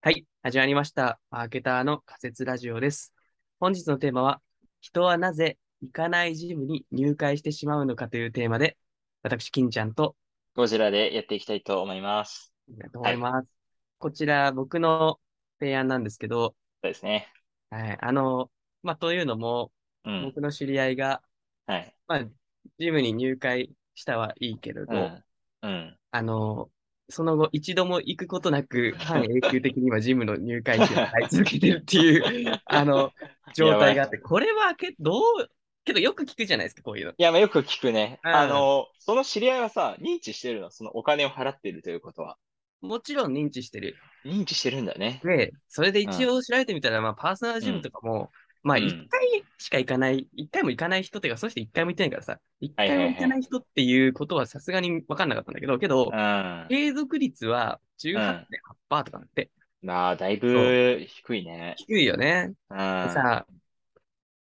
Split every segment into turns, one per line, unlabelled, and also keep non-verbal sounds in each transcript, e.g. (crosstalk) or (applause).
はい、始まりました。マーケターの仮説ラジオです。本日のテーマは、人はなぜ行かないジムに入会してしまうのかというテーマで、私、金ちゃんと、
ゴジラでやっていきたいと思います。
と思います。こちら、僕の提案なんですけど、
そうですね。
はい、あの、まあ、というのも、
うん。
僕の知り合いが、
はい。
まあ、ジムに入会したはいいけれど、
うん。うん。
あの、その後、一度も行くことなく、半永久的に今、ジムの入会費を払い続けてるって
(laughs)
いう、あの、状態があって、これはけ、どう、けどよく聞くじゃないですか、こういうの。
いや、まあ、よく聞くね。
うん
あの、その知り合いはさ、認知してるのそのお金を払ってるということは。
もちろん認知してる。
認知してるんだね。
で、それで一応調べてみたら、まあ、パーソナルジムとかも、まあ、
うん
一回しか行かない、一回も行かない人というか、そして一回も行ってないからさ、一回
はい
も
はいは
行
い
かない人っていうことはさすがに分かんなかったんだけど、けど
う、ん。
継続率は18.8%とかなんて、
まあ、だいぶ低いね。
低いよね。
うん。
でさ、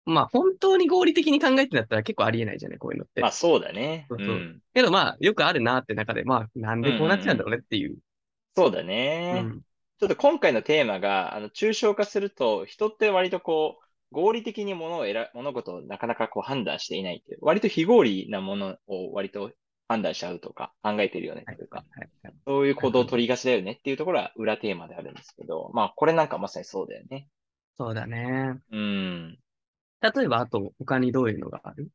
まあ本当に合理的に考えてなったら結構ありえないじゃない、こういうのって
まあ、。そうだね。
そう
う。
そうんけどまあよくあるなって中で、まあなんでこうなっちゃうんだろうねっていう。
そうだ
う
ね。
ん
ちょっと今回のテーマが、あの、抽象化すると、人って割とこう、合理的に物を選、物事をなかなかこう判断していないっていう、割と非合理なものを割と判断しちゃうとか、考えてるよね
はい
というか、
はいはい
そういう行動を取りがちだよねっていうところは裏テーマであるんですけど、まあこれなんかまさにそうだよね。
そうだね。
うん。
例えばあと他にどういうのがある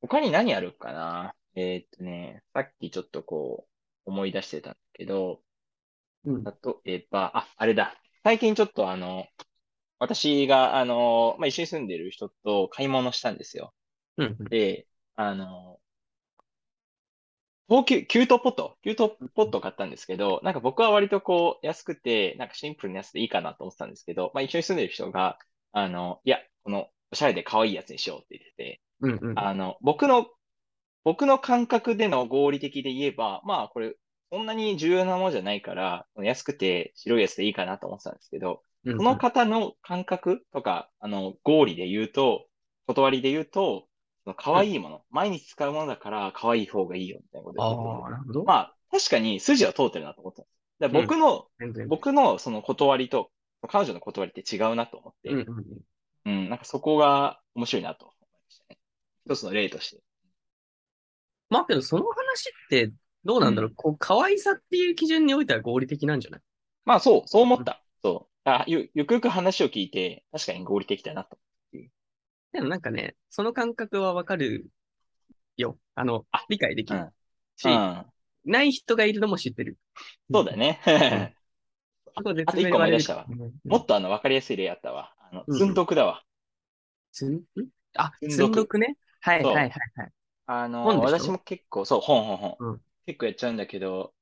他に何あるかなえーっとね、さっきちょっとこう思い出してたんだけど、
うん。
例えば、あ、あれだ。最近ちょっとあの、私があの、まあ、一緒に住んでる人と買い物したんですよ。
うん
で、あの、高級、キュートポット、キュートポット買ったんですけど、なんか僕は割とこう、安くて、なんかシンプルなやつでいいかなと思ってたんですけど、まあ一緒に住んでる人が、あの、いや、この、おしゃれで可愛いやつにしようって言ってて、
うんうん。
あの、僕の、僕の感覚での合理的で言えば、まあこれ、そんなに重要なものじゃないから、安くて白いやつでいいかなと思ってたんですけど、
うんうん
その方の感覚とか、あの、合理で言うと、断りで言うと、その可愛いもの、毎日使うものだから可愛い方がいいよみたいなこと
あ
を言って
あ、
て
なるほど。
まあ、確かに筋は通ってるなと思ったんです。だから僕の、
全然。
僕のその断りと、彼女の断りって違うなと思って、
うん
う、
うんんうん。
なんかそこが面白いなと思いましたね。一つの例として。
まあけどその話ってどうなんだろう。こう、可愛さっていう基準においては合理的なんじゃない
まあ、そう、そう思った。そう。あ、ゆ、ゆくゆく話を聞いて、確かに合理的だなと。
でもなんかね、その感覚はわかるよ。あの
あ、
理解でき
う
る
ん
し
う、ん。
ない人がいるのも知ってる。
そうだね。
結構
あ
絶
と一
妙
個
に
思い
割れ
出
る
した
か
わ
ら。うん
もっとあの、わかりやすい例あったわ。あ
うんう
の、
ん
寸読だわ。
つんんあ、
積
積
読
んどくね。はい
そ
は
う
いはいはい。
あの、
本でしょ
私も結構、そう、本、本、本。
うん
結構やっちゃうんだけど、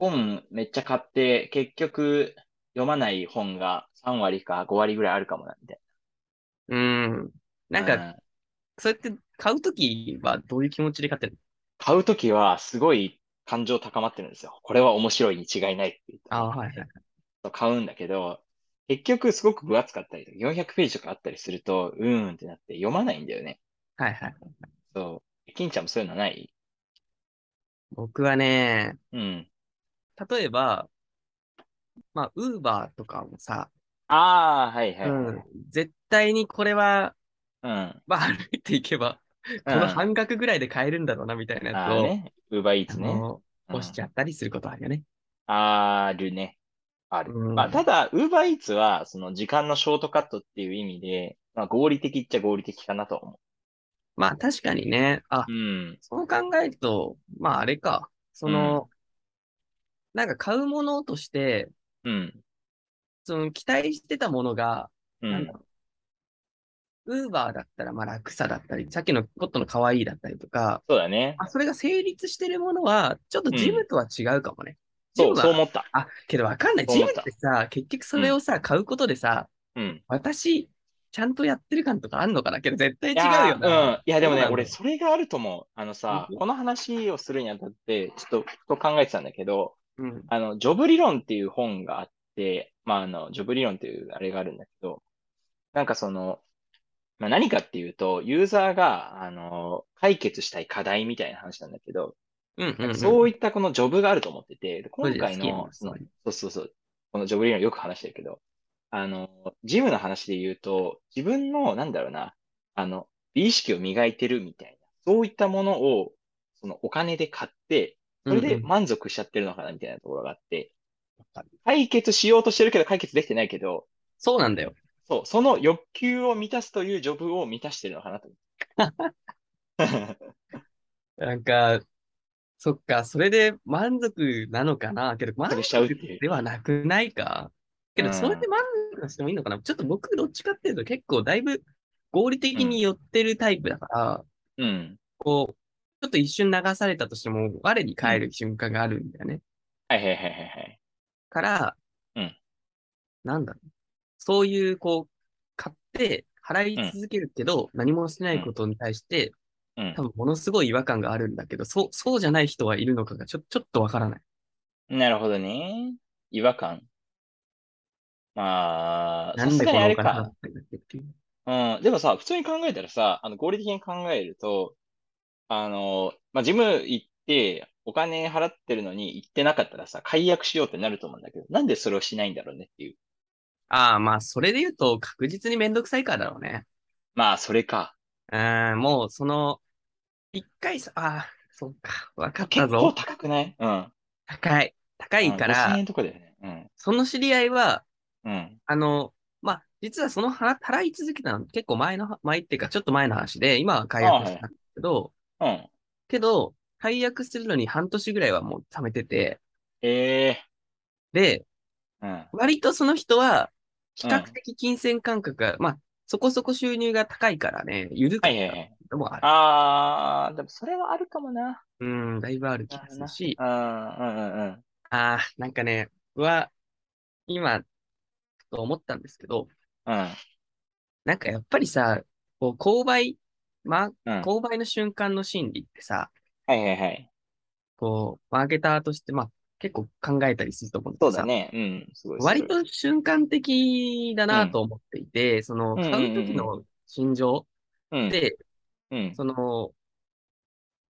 本めっちゃ買って、結局、読まない本が3割か5割ぐらいあるかもな、みたい
うん。な
な。
んか、
うん
そうやって買うときはどういう気持ちで買ってるの
買うときは、すごい感情高まってるんですよ。これは面白いに違いないって言って
あはいはい。
買うんだけど、結局、すごく分厚かったりとか、400ページとかあったりすると、うーんってなって読まないんだよね。
はいはい。
そう。金ちゃんもそういうのない
僕はね、
うん。
例えば、まあ、ウーバーとかもさ、
ああ、はいはい。
うん絶対にこれは、
うん。
まあ、歩いていけば、この半額ぐらいで買えるんだろうな、みたいなや
あ
つ
あ
を、
ね。ウーバーイー
あ
ツね。
の
うん
押しちゃったりすることあるよね。
あるね。ある。
うん
まあ、ただ、ウーバーイーツは、その時間のショートカットっていう意味で、まあ、合理的っちゃ合理的かなと思
まあ、確かにね、あ
う。、うん。
そう考えると、まあ、あれか、その、なんか買うものとして、
うん。
その期待してたものが、
う
なん
ん
だ。ろう。ウーバーだったら、まあ楽さだったり、さっきのポットの可愛いだったりとか、
そうだね。
あそれが成立してるものは、ちょっとジムとは違うかもね。ジ
そ
ム
う、
は
そう思った。
あ、けどわかんない。
そう
ジム
思っ
ったてさ、結局それをさ、買うことでさ、
うん。
私、ちゃんとやってる感とかあんのかなけど、絶対違
いや
うよな。
ーうん。いや、でも
そうな
ね、
んだ
俺、それがあると思う。あのさ
うん、
この話をするにあたって、ちょっと、ふと考えてたんだけど、
うん。
あの、ジョブ理論っていう本があって、まあ、あの、ジョブ理論っていうあれがあるんだけど、なんかその、まあ、何かっていうと、ユーザーが、あの、解決したい課題みたいな話なんだけど、
うん。うん。
そう
い
いったこのジョブがあると思ってて、で
う
今
ん
回
好きやも
の
ん、
その
そうい
そうそうそう、このジョブリーガンよく話してるけど、あの、ジムの話で言うと、自分の、なんだろうな、あの、美意識を磨いてるみたいな、そういったものを、そのお金で買って、それで満足しちゃってるのかなみたいなところがあって、解決しようとしてるけど解決できてないけど、
そうなんだよ。
そう、その欲求を満たすというジョブを満たしてるのかなと。
なんか、そっか、それで満足なのかなけど、満足ではなくないかけど、それで満足してもいいのかな、うん、ちょっと僕、どっちかっていうと結構だいぶ合理的に寄ってるタイプだから、
うん、
こう、ちょっと一瞬流されたとしても、我に返る瞬間があるんだよね。
はいはいはいはいはい。
から、
うん、
なんだろう。そういう、こう、買って払い続けるけど、何もしてないことに対して、
うん、
多分ものすごい違和感があるんだけど、そう、そうじゃない人はいるのかがちょ、ちょっとわからない。
なるほどね。違和感。まあ、
なんでこの
あ
れ
か
か。
うん、でもさ、普通に考えたらさ、あの、合理的に考えると、あの、まあ、ジム行って、お金払ってるのに行ってなかったらさ、解約しようってなると思うんだけど、なんでそれをしないんだろうねっていう。
ああ、まあ、それで言うと確実にめんどくさいからだろうね。
まあ、それか。
うん、もう、その、一回さ、ああ、そっか、わかった
結
ぞ。
構高くないうん。
高い。高いから、
うん、5000円とかだよね。うん。
その知り合いは、
うん。
あの、まあ、実はその払払い続けたの結構前の、前っていうかちょっと前の話で、今は解約したんだけど、
はい、うん。
けど、解約するのに半年ぐらいはもう貯めてて、
ええ
ー、で、
うん、
割とその人は、比較的金銭感覚が、うん、まあ、そこそこ収入が高いからね、緩かった
のもある。ああ、でもそれはあるかもな。
うん、だいぶある気がするし。
ああ、うんうんうん。
ああ、なんかね、は、今、と思ったんですけど、
うん。
なんかやっぱりさ、こう、購買、ま
あ、うん、
購買の瞬間の心理ってさ、
はいはいはい。
こう、マーケターとして、まあ、結構考えたりすると思うん
そうだね。うん。すごい
割と瞬間的だなと思っていて、うん、その、買う時の心情って、
うん、うん、
その、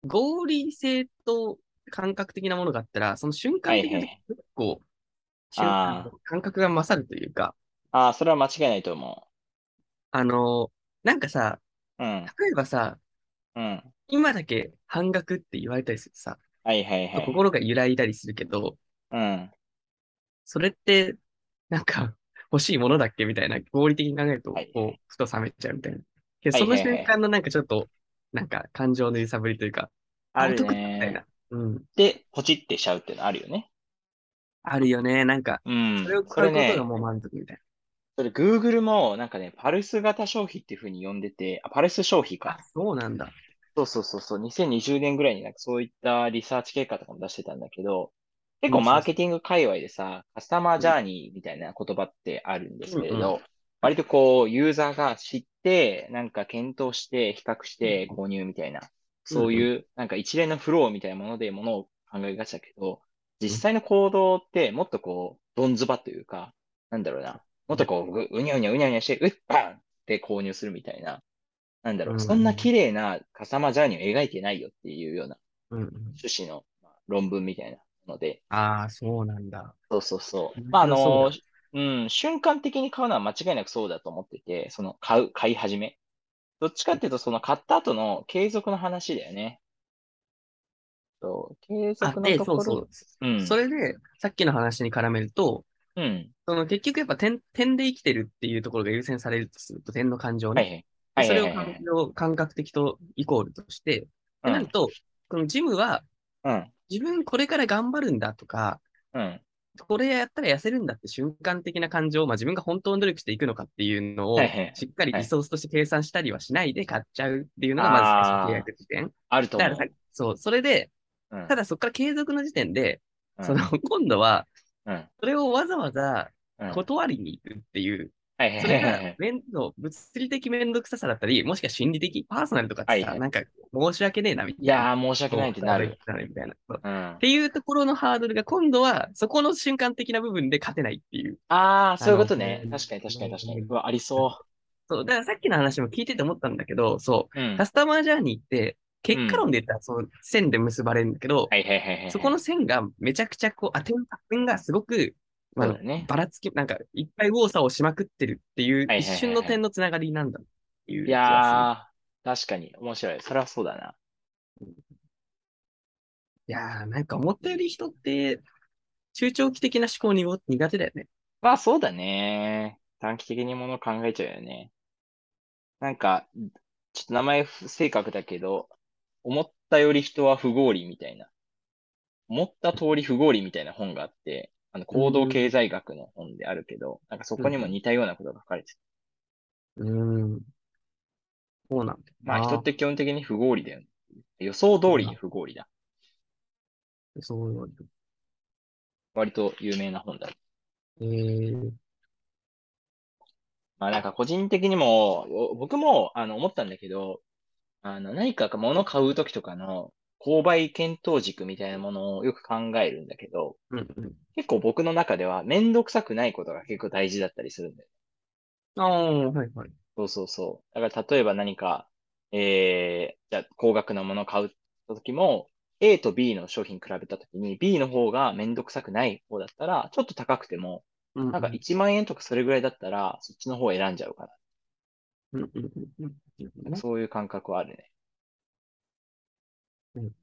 合理性と感覚的なものがあったら、その瞬間的に結構、はいはい、瞬間の感覚が勝るというか。
ああ、それは間違いないと思う。
あの、なんかさ、
うん、
例えばさ、
うん、
今だけ半額って言われたりするとさ、
はいはいはい。
心が揺らいだりするけど、
うん。
それって、なんか、欲しいものだっけみたいな、合理的に考えると、こう、ふと冷めちゃうみたいな。けど、その瞬間のなんかちょっと、なんか感情の揺さぶりというか、
ある
ね。みたいな。うん。
で、ポチってしちゃうっていうのあるよね。
あるよね。なんか、
うん。
それを超えることがもう満足みたいな。
それ、Google も、なんかね、パルス型消費っていうふうに呼んでて、あ、パルス消費か。
あ、そうなんだ。
そうそうそうそう、2020年ぐらいになんかそういったリサーチ結果とかも出してたんだけど、結構マーケティング界隈でさ、カスタマージャーニーみたいな言葉ってあるんですけれど、うんうん、割とこう、ユーザーが知って、なんか検討して、比較して購入みたいな、そういうなんか一連のフローみたいなものでものを考えがちだけど、実際の行動ってもっとこう、どんずばというか、なんだろうな、もっとこう、うにゃうにゃうにゃうにゃして、うっばんって購入するみたいな、なんだろう、そんな綺麗なカスタマージャーニーを描いてないよっていうような趣旨の論文みたいなので。
ああ、そうなんだ。
そうそうそう。まあ、あの、うん、瞬間的に買うのは間違いなくそうだと思ってて、その買う、買い始め。どっちかっていうと、その買った後の継続の話だよね。そう、継続のところ。
そう
そう。うん、
それで、さっきの話に絡めると、
うん、
その結局やっぱ点点で生きてるっていうところが優先されるとすると、点の感情
ね。はいはい
それを感情感覚的とイコールとして、
うん、
なると、このジムは、
うん、
自分これから頑張るんだとか、
うん、
これやったら痩せるんだって瞬間的な感情を、まあ、自分が本当に努力していくのかっていうのを、しっかりリソースとして計算したりはしないで買っちゃうっていうのがまず契約時点。
あると思う。
そう、それで、
うん、
ただそこから継続の時点で、その (laughs) 今度は、それをわざわざ断りに行くっていう、それが面倒、物理的めんどくささだったり、もしくは心理的、パーソナルとかってさ、はいはい、なんか申し訳ねえなみたい
な。いや申し訳ないってなる。
なるみたいな、
うん、
っていうところのハードルが今度は、そこの瞬間的な部分で勝てないっていう。
ああ、そういうことね。確かに確かに確かに。うわ、ありそう。、
そう、だからさっきの話も聞いてて思ったんだけど、そう
うん、
カスタマージャーニーって、結果論で言ったら、その線で結ばれるんだけど、
うん、
そこの線がめちゃくちゃこう、当てがすごくまあ
そうだね。
ばらつき、なんか、いっぱい右往左往しまくってるっていう
は、いはいはいはい
一瞬の点のつながりなんだっていう
い
気が
やー、確かに面白い。それはそうだな。
する。いやー、なんか思ったより人って、中長期的な思考にご苦手だよね。
まあそうだね。短期的にもの考えちゃうよね。なんか、ちょっと名前不正確だけど、思ったより人は不合理みたいな。思った通り不合理みたいな本があって、あの行動経済学の本であるけど、なんかそこにも似たようなことが書かれてて
うーん。そうなんだよな。
まあ人って基本的に不合理だよね。予想通りに不合理だ。
そうなんだ。
割と有名な本だ。
えー、
まあなんか個人的にも、お僕もあの思ったんだけど、あの何か物買うときとかの購買検討軸みたいなものをよく考えるんだけど、
うんうん。
結構僕の中ではめんどくさくないことが結構大事だったりするんだよ。
ああ、はいはい。
そうそうそう。だから例えば何か、えー、じゃあ高額なものを買うときも、A と B の商品比べたときに B の方がめんどくさくない方だったら、ちょっと高くても、
うんうん
なんか1万円とかそれぐらいだったら、そっちの方を選んじゃうか
うんうんうんうん
な。そういう感覚はあるね。
うんうん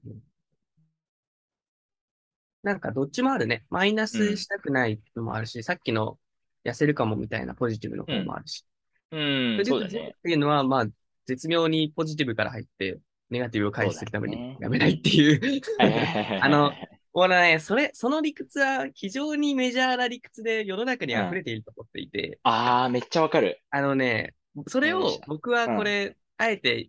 なんかどっちもあるね。マイナ
う
ス
ん
したくないのもあるし、さっきの痩せるかもみたいなポジティブの方もあるし。
うん、そうだね。
っていうのは、まあ、絶妙にポジティブから入って、ネガティブを回避するため
そうだ
に
ね
やめないっていう。
あ
あの、 (laughs) もうね、それ、その理屈は非常にメジャーな理屈で世の中に溢れていると思っていて、
ああ、めっちゃわかる。
あのね、それ
わかり
を
ました
僕はこれ、あえて、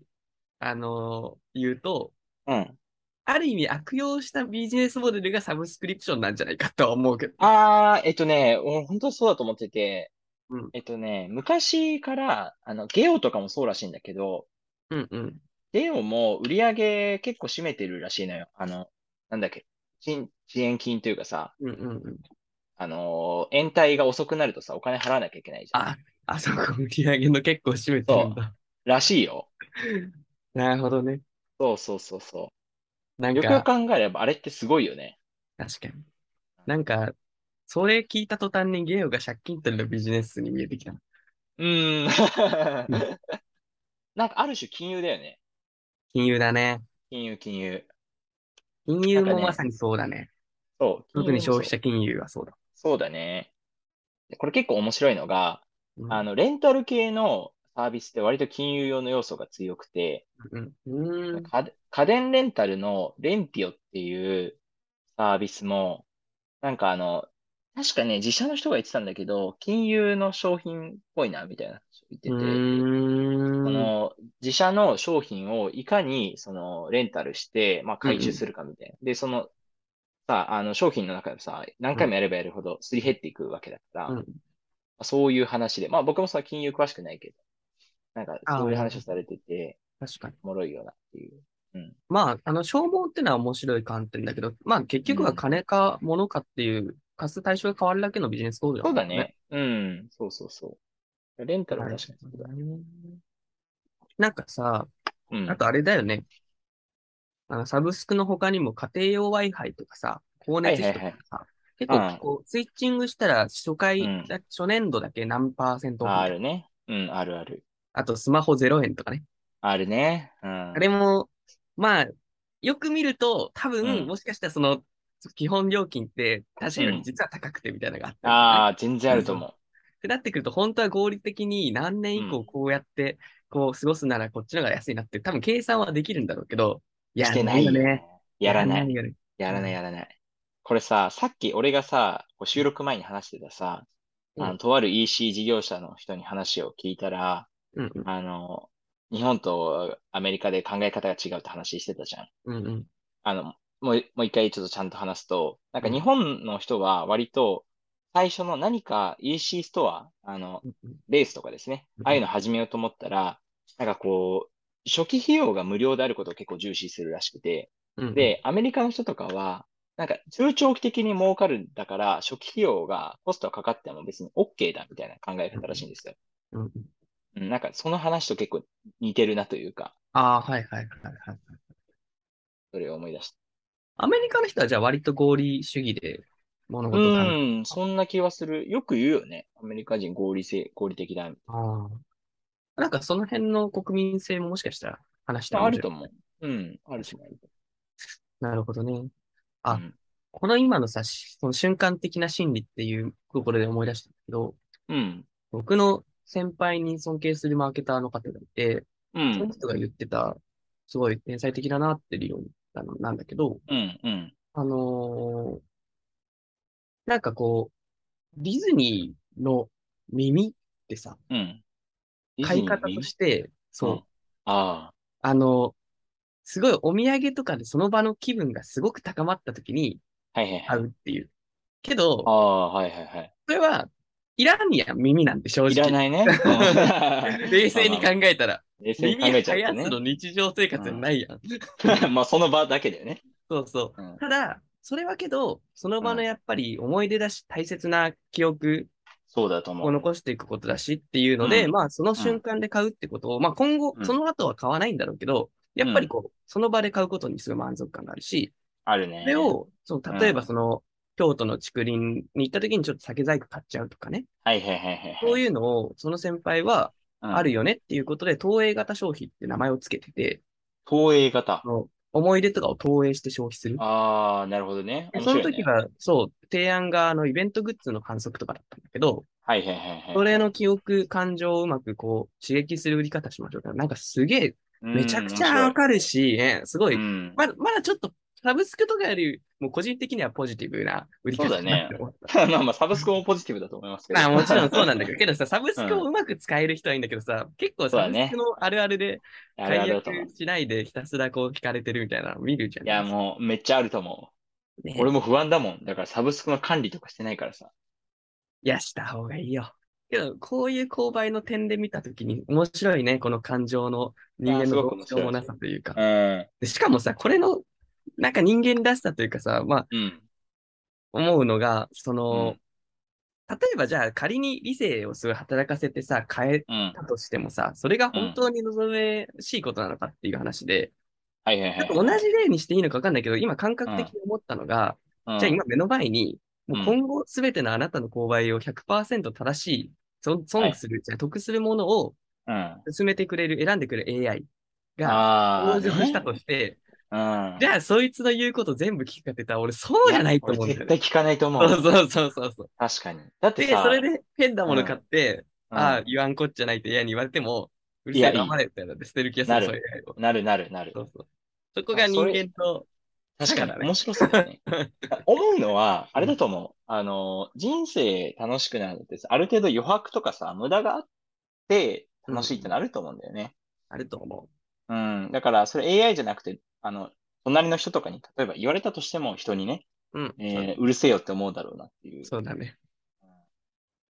あのー言うと、
うん。
ある意味悪用したビジネスモデルがサブスクリプションなんじゃないかとは思うけど。
ああ、えっとね、俺本当そうだと思ってて、
うん
えっとね、昔から、あの、ゲオとかもそうらしいんだけど、
うんうん。
ゲオも売り上げ結構占めてるらしいのよ。あの、なんだっけ、遅遅延金というかさ、
うんうんうん。
あのー、延滞が遅くなるとさ、お金払わなきゃいけないじゃん。
あ、あそこ売り上げの結構占めてるんだ。
らしいよ。
なるほどね。
そうそうそうそ
な
う。
ん
よくよく
か、
考えれば、あれってすごいよね。
確かに。なんか、それ聞いた途端にゲオが借金取りのビジネスに見えてきた。
うーん。なんかある種金融だよね。
金融だね。
金融、金融。
金融
なんか
も
ね
まさにそうだね。
そう、
特に消費
金
者金
融もそう
融はそうだ。
そうだね。これ結構面白いのが、
うん
あの、レンタル系のサービスって割と金融用の要素が強くて、
うん。うん。
家電家電レンタルのレンピオっていうサービスも、なんかあの、確かね、自社の人が言ってたんだけど、金融の商品っぽいな、みたいな話を言ってて、
う
そ
ーん。
の、自社の商品をいかに、その、レンタルして、まあ、回収するかみたいな。で、その、さ、あの、商品の中でさ、何回もやればやるほど、すり減っていくわけだから、
うん
まあそういう話で、まあ、僕もさ、金融詳しくないけど、なんか、
あー
そういう話をされてて、
確かに。
おもろいよなっていう。うん。
まあ、あの、消耗ってのは面白い観点だけど、まあ、結局は金か物かっていう、貸す対象が変わるだけのビジネス構造
そうだ
もん。
ね。うん。そうそうそう。レンタルは
なる
確かにそう
ほ
だ
ど。ねなんかさ、
うん。
あとあれだよね。あのサブスクの他にも家庭用 Wi-Fi とかさ、光熱費とかさ、結
はいはい
構こう、スイッチングしたら初回、
うん
だ初年度だけ何パーセントオフみた
あ
い
あ
な
るね。うん、あるある。
あとスマホ0円とかね。
あるね。うん。
あれも、まあ、よく見ると、多
うん
分、もしかしたらその、基本料金って、確か
うん
に実は高くてみたいなのがあったりとかね
ああ、全然あると思う。
ってなってくると、本当は合理的に何年以
うん
降こうやって、こう過ごすならこっちの方が安いなって、多分計算はできるんだろうけど、や
して
ら
な
ない
い
よ
よ
ね。。
やらない。
よね。
やらない、やらない。これさ、さっき俺がさ、こう収録前に話してたさ、
うん
あの、とある EC 事業者の人に話を聞いたら、
うんうん
あの、日本とアメリカで考え方が違うって話してたじゃん。
うんうん
あの、もう、もう一回ちょっとちゃんと話すと、なんか
うん
日本の人は割と、最初の何か EC ストア、あの、
うんうん
レースとかですね、
うん
ああいうの始めようと思ったら、なんかこう、初期費用が無料であることを結構重視するらしくて、
うんうん。
で、アメリカの人とかは、なんか中長期的に儲かるんだから、初期費用がコストがかかっても別に OK だみたいな考え方らしいんですよ。
うんうん
うん、なんかその話と結構似てるなというか、
ああ、はいはいはいはい。
それを思い出した。
アメリカの人はじゃあ割と合理主義で物
う
事を考える。
ん、そんな気はする。よく言うよね。アメリカ人合理性、合理的だ。みたい
ああ。なんかその辺の国民性ももしかしたら話した
な
ら
まああ
面
る
白
と
い
思う。うん、あると思う。
なるほどね。あ
うん
この今のさ、しその瞬間的な心理っていうところで思い出したんだけど、
うん、
僕の先輩に尊敬するマーケターの方がいて、
う
その
ん、
人が言ってた、すごい天才的だなって理論なのなんだけど、
うん、うん。
あのーなんかこう、ディズニーの耳ってさ、
うん。
買い方として、そう、
うんあ
あの、すごいお土産とかでその場の気分がすごく高まった時に
あ、はいはいは
買
い。
うっていう。けど
あ、あ、はいはいはい。
それは、いらんやん、耳なんて正直。
いらないね。
(laughs) 冷静に考
え、
えたら、
冷静に考
耳
えちゃう
や
と
つの
ね。
日常生活にないやん。
(laughs) まあ、その場だけだよね。
そうそうう。
ん
ただ、それはけど、その場
う
の
ん
やっぱり思い出だし、大切な記憶
そうだと思
を
う。
残していくことだしっていうので、
うん
まあその瞬間で買うってことを、まあ今後
う、ん
その後は買わないんだろうけど、やっぱりこう、その場で買うことにすごい満足感があるし、
あるね。
それを、その例えば
うん
その、京都の竹林に行った時にちょっと酒細工買っちゃうとかね。
はいはいはいはい。
そう
う
い
ん、
うのを、その先輩は、あるよねっていうことで、投影型消費って名前をつけてて、
投影型
そ。の思い出とかを投影して消費する。
ああ、なるほどね。
で
面
そ
白
の
い
時
ね。
は、そう、提案があのイベントグッズの観測とかだったんだけど、
はいはいはいはい。
それの記憶、感情をうまくこう、刺激する売り方しましょうか。なんかすげえ、
うん、
めちゃくちゃわかるし、ねすご
面白い
い、
うん。
まだ、まだちょっと、サブスクとかより、もう個人的にはポジティブな売り方
そうだね
なって思った。
まあまあ、サブスクもポジティブだと思いますけど。
まあもちろんそうなんだけど、けどさ、サブスクをうまく使える人はいいんだけどさ、結構
そう
サ
だ
ブ
ね
スクのあるあるで、
(laughs) あるあ
解
るだ
約
と思う。
しないでひたすらこう聞かれてるみたいなの見るじゃ
い
な
や、
いです
もう、めっちゃあると思
か。ね
う。俺も不安だもん。だから、サブスクの管理とかしてないからさ。
いや、した方がいいよ。けど、こういう購買の点で見たときに面白いね、この感情の人間
あーす
の
ごく
どうしようもなさというか
う。ん。
でしかもさ、これの、なんか人間らしさというかさ、まあ、
うん。
思うのが、その、
うん
例えばじゃあ仮に理性をすごい働かせてさ、変え
うん。
たとしてもさ、それが本当に望めしいことなのかっていう話で、
はいはいはい。
同じ例にしていいのか分かんないけど、今感覚的に思ったのが、
うん
じゃあ今目の前に、もううん今後すべてのあなたの購買を100%正しい、そ損する、じゃあ得するものを
うん。
進めてくれる、選んでくれる AI が
ああ、
登場した
ね
として、
うん。
じゃあそいつの言うこと全部聞くかって言ったら、俺そうじゃないと思うん
いや
だよ
俺
ね。
絶対聞かないと思。
そううそうそうそうそう。
確かに。だって
で、
さ、
それで変なもの買って、
うん
ああ、言わんこっちゃないって AI に言われても、うるせ
いや
え
いい
黙れみたいなって捨てる気がす
な
る、
る
そういう AI を
なるなるなる。
そうそう。そこが人間と、
確か
だ
に
からね
面白そうだよ (laughs) ね。思うのは、あれだと思う。あの、人生楽しくなるってさ、ある程度余白とかさ、無駄があって楽しいってなると思うんだよね。
あると思
うん。だから、それ AI じゃなくて、あの、隣の人とかに、例えば言われたとしても人にね、
う。うん。
えーうるせえよって思うだろうなっていう。
そうだね。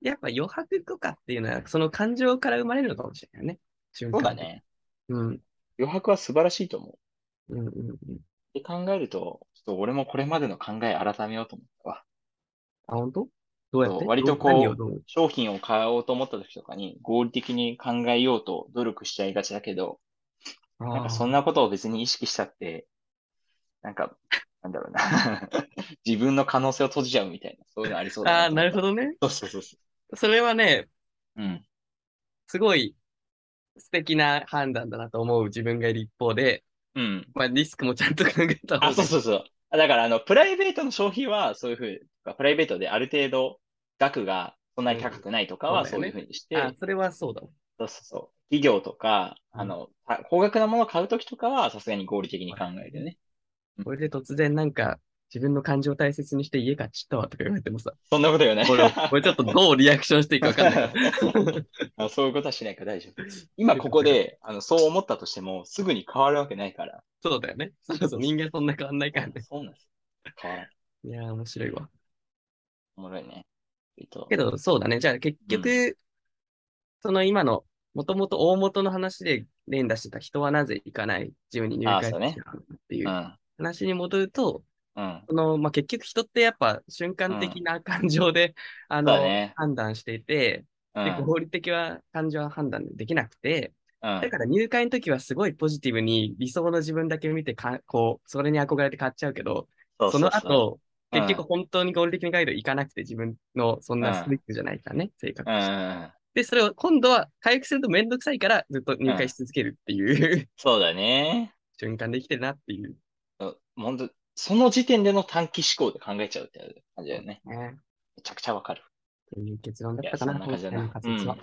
やっぱ余白とかっていうのは、その感情から生まれるのかもしれないね。瞬
そう
間
だ。ね。
うん。
余白は素晴らしいと思う。
うんうんうん。
って考えると、ちょっと俺もこれまでの考え改めようと思ったわ。
あ、本当どうやっ
そ
て
う割とこう
何をどう
商品を買おうと思った時とかに合理的に考えようと努力しちゃいがちだけど、なん
あ
か
あ
そんなことを別に意識したって、なんか、なんだろうな。 (laughs) 自分の可能性を閉じちゃうみたいな、そういうのありそうだ
あー、なるほ
ど。
どね。
そうそうそうそ
それはね、
う。うん。
すごい素敵な判断だなと思う自分がいる一方で、
うん。
まあリスクもちゃんと考えた方
あ、そう
が
そうそう。だから、あの、プライベートの消費は、そういうふうに、プライベートである程度、額がそんなに高くないとか
う
は、
んそ
そうう
だ
いう
よね
ふうにして、
あ、それはそうだわ。
そうそうそう。企業とか、
うん
あの、た高額なものを買うときとかは、さすがに合理的に考えてね。
これで突然なんか、自分の感情を大切にして家買っちゃったわとか言われてもさ、
そんなことよね。
これ、これちょっとどうリアクションしていいかわかん (laughs) ない。
あそういうことはしないから大丈夫。今こ
(laughs)
こで、あの、そう思ったとしても、すぐに変わるわけないから。
そうだよね。そうそう、人間そんな変わんないからね。
そうなんです。変わらない。
いやー、面白いわ。
おもろいね。えっと
けど、そうだね。じゃあ結局、その今の、もともと大元の話で連打してた人はなぜ行かない自由に入
あ
会
ー
し
そう
ない
ね。
っていううん話に戻ると、
うん。
そのまあ、結局人ってやっぱ瞬間的な感情で、あ
そう
の、
だね
判断していて、
うん。
で合理的は感情は判断できなくて、
うん
だから入会の時はすごいポジティブに理想の自分だけ見てか、こう、それに憧れて買っちゃうけど、
そ
そ
うそう
の
そう
後、で、
うん
結構本当に合理的なガイド行かなくて、自分のそんなストイックじゃないからね、性格
う
として
ん。
で、それを今度は回復するとめんどくさいから、ずっと入会し続けるっていう、
そうだね。
(laughs) 瞬間できてるなっていう。
うんほんと、その時点での短期思考で考えちゃうって感じだよね。
ね。
めちゃくちゃわかる。
という結論だ
い
っ
や、
たか
そん
な、
な感じだ
今
な。
回
う
の仮説
ん
は。。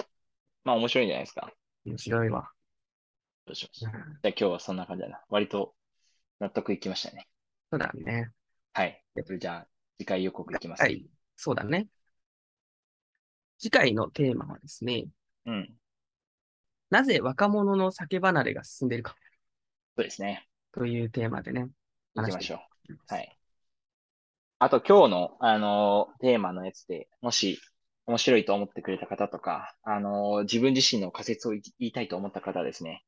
まあ、面白いんじゃないですか。
面白いわ。
どうしまし
う
ょ
ん
うじゃあ今日はそんな感じだな。割と納得いきましたね。
そうだね。
はい。それじゃあ、次回予告いきます。
はい。そうだね。次回のテーマはですね、
うん。
なぜ若者の酒離れが進んでいるか
そうですね。
というテーマでね、
行き
話
ま
して
しょう。
いきます
はい。あと今日の、あのーテーマのやつで、もし面白いと思ってくれた方とか、あのー自分自身の仮説を言い言いたいと思った方はですね、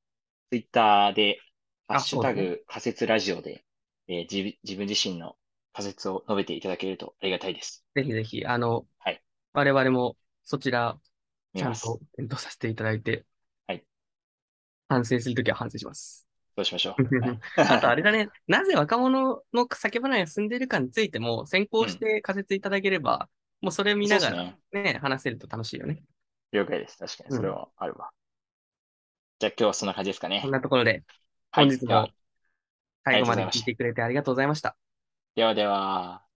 ツイッターで、ハッ
あ
シュタ
そう
グ仮説ラジオで、えー自自分自身の仮説を述べていただけるとありがたいです。
ぜひぜひ、あの、
はい
我々もそちら、
見
ちゃ
ま
ん
す。
と検討させていただいて、
はい
反省するときは反省します。
どうしましょ
(laughs)
う。はい
あとあれだね、なぜ若者の叫ばないが進んでいるかについても、先行して仮説いただければ、もうそれ見なが
そう
ら
ですね
ね、話せると楽しいよね。
了解です。確かに、
うん
それはあるわ。じゃあ今日はそんな感じですかね。
こんなところで、
は
本
い
日
では
も最後ま
ありがと
で
うございました
聞いてくれてありがとうございました。
ではでは。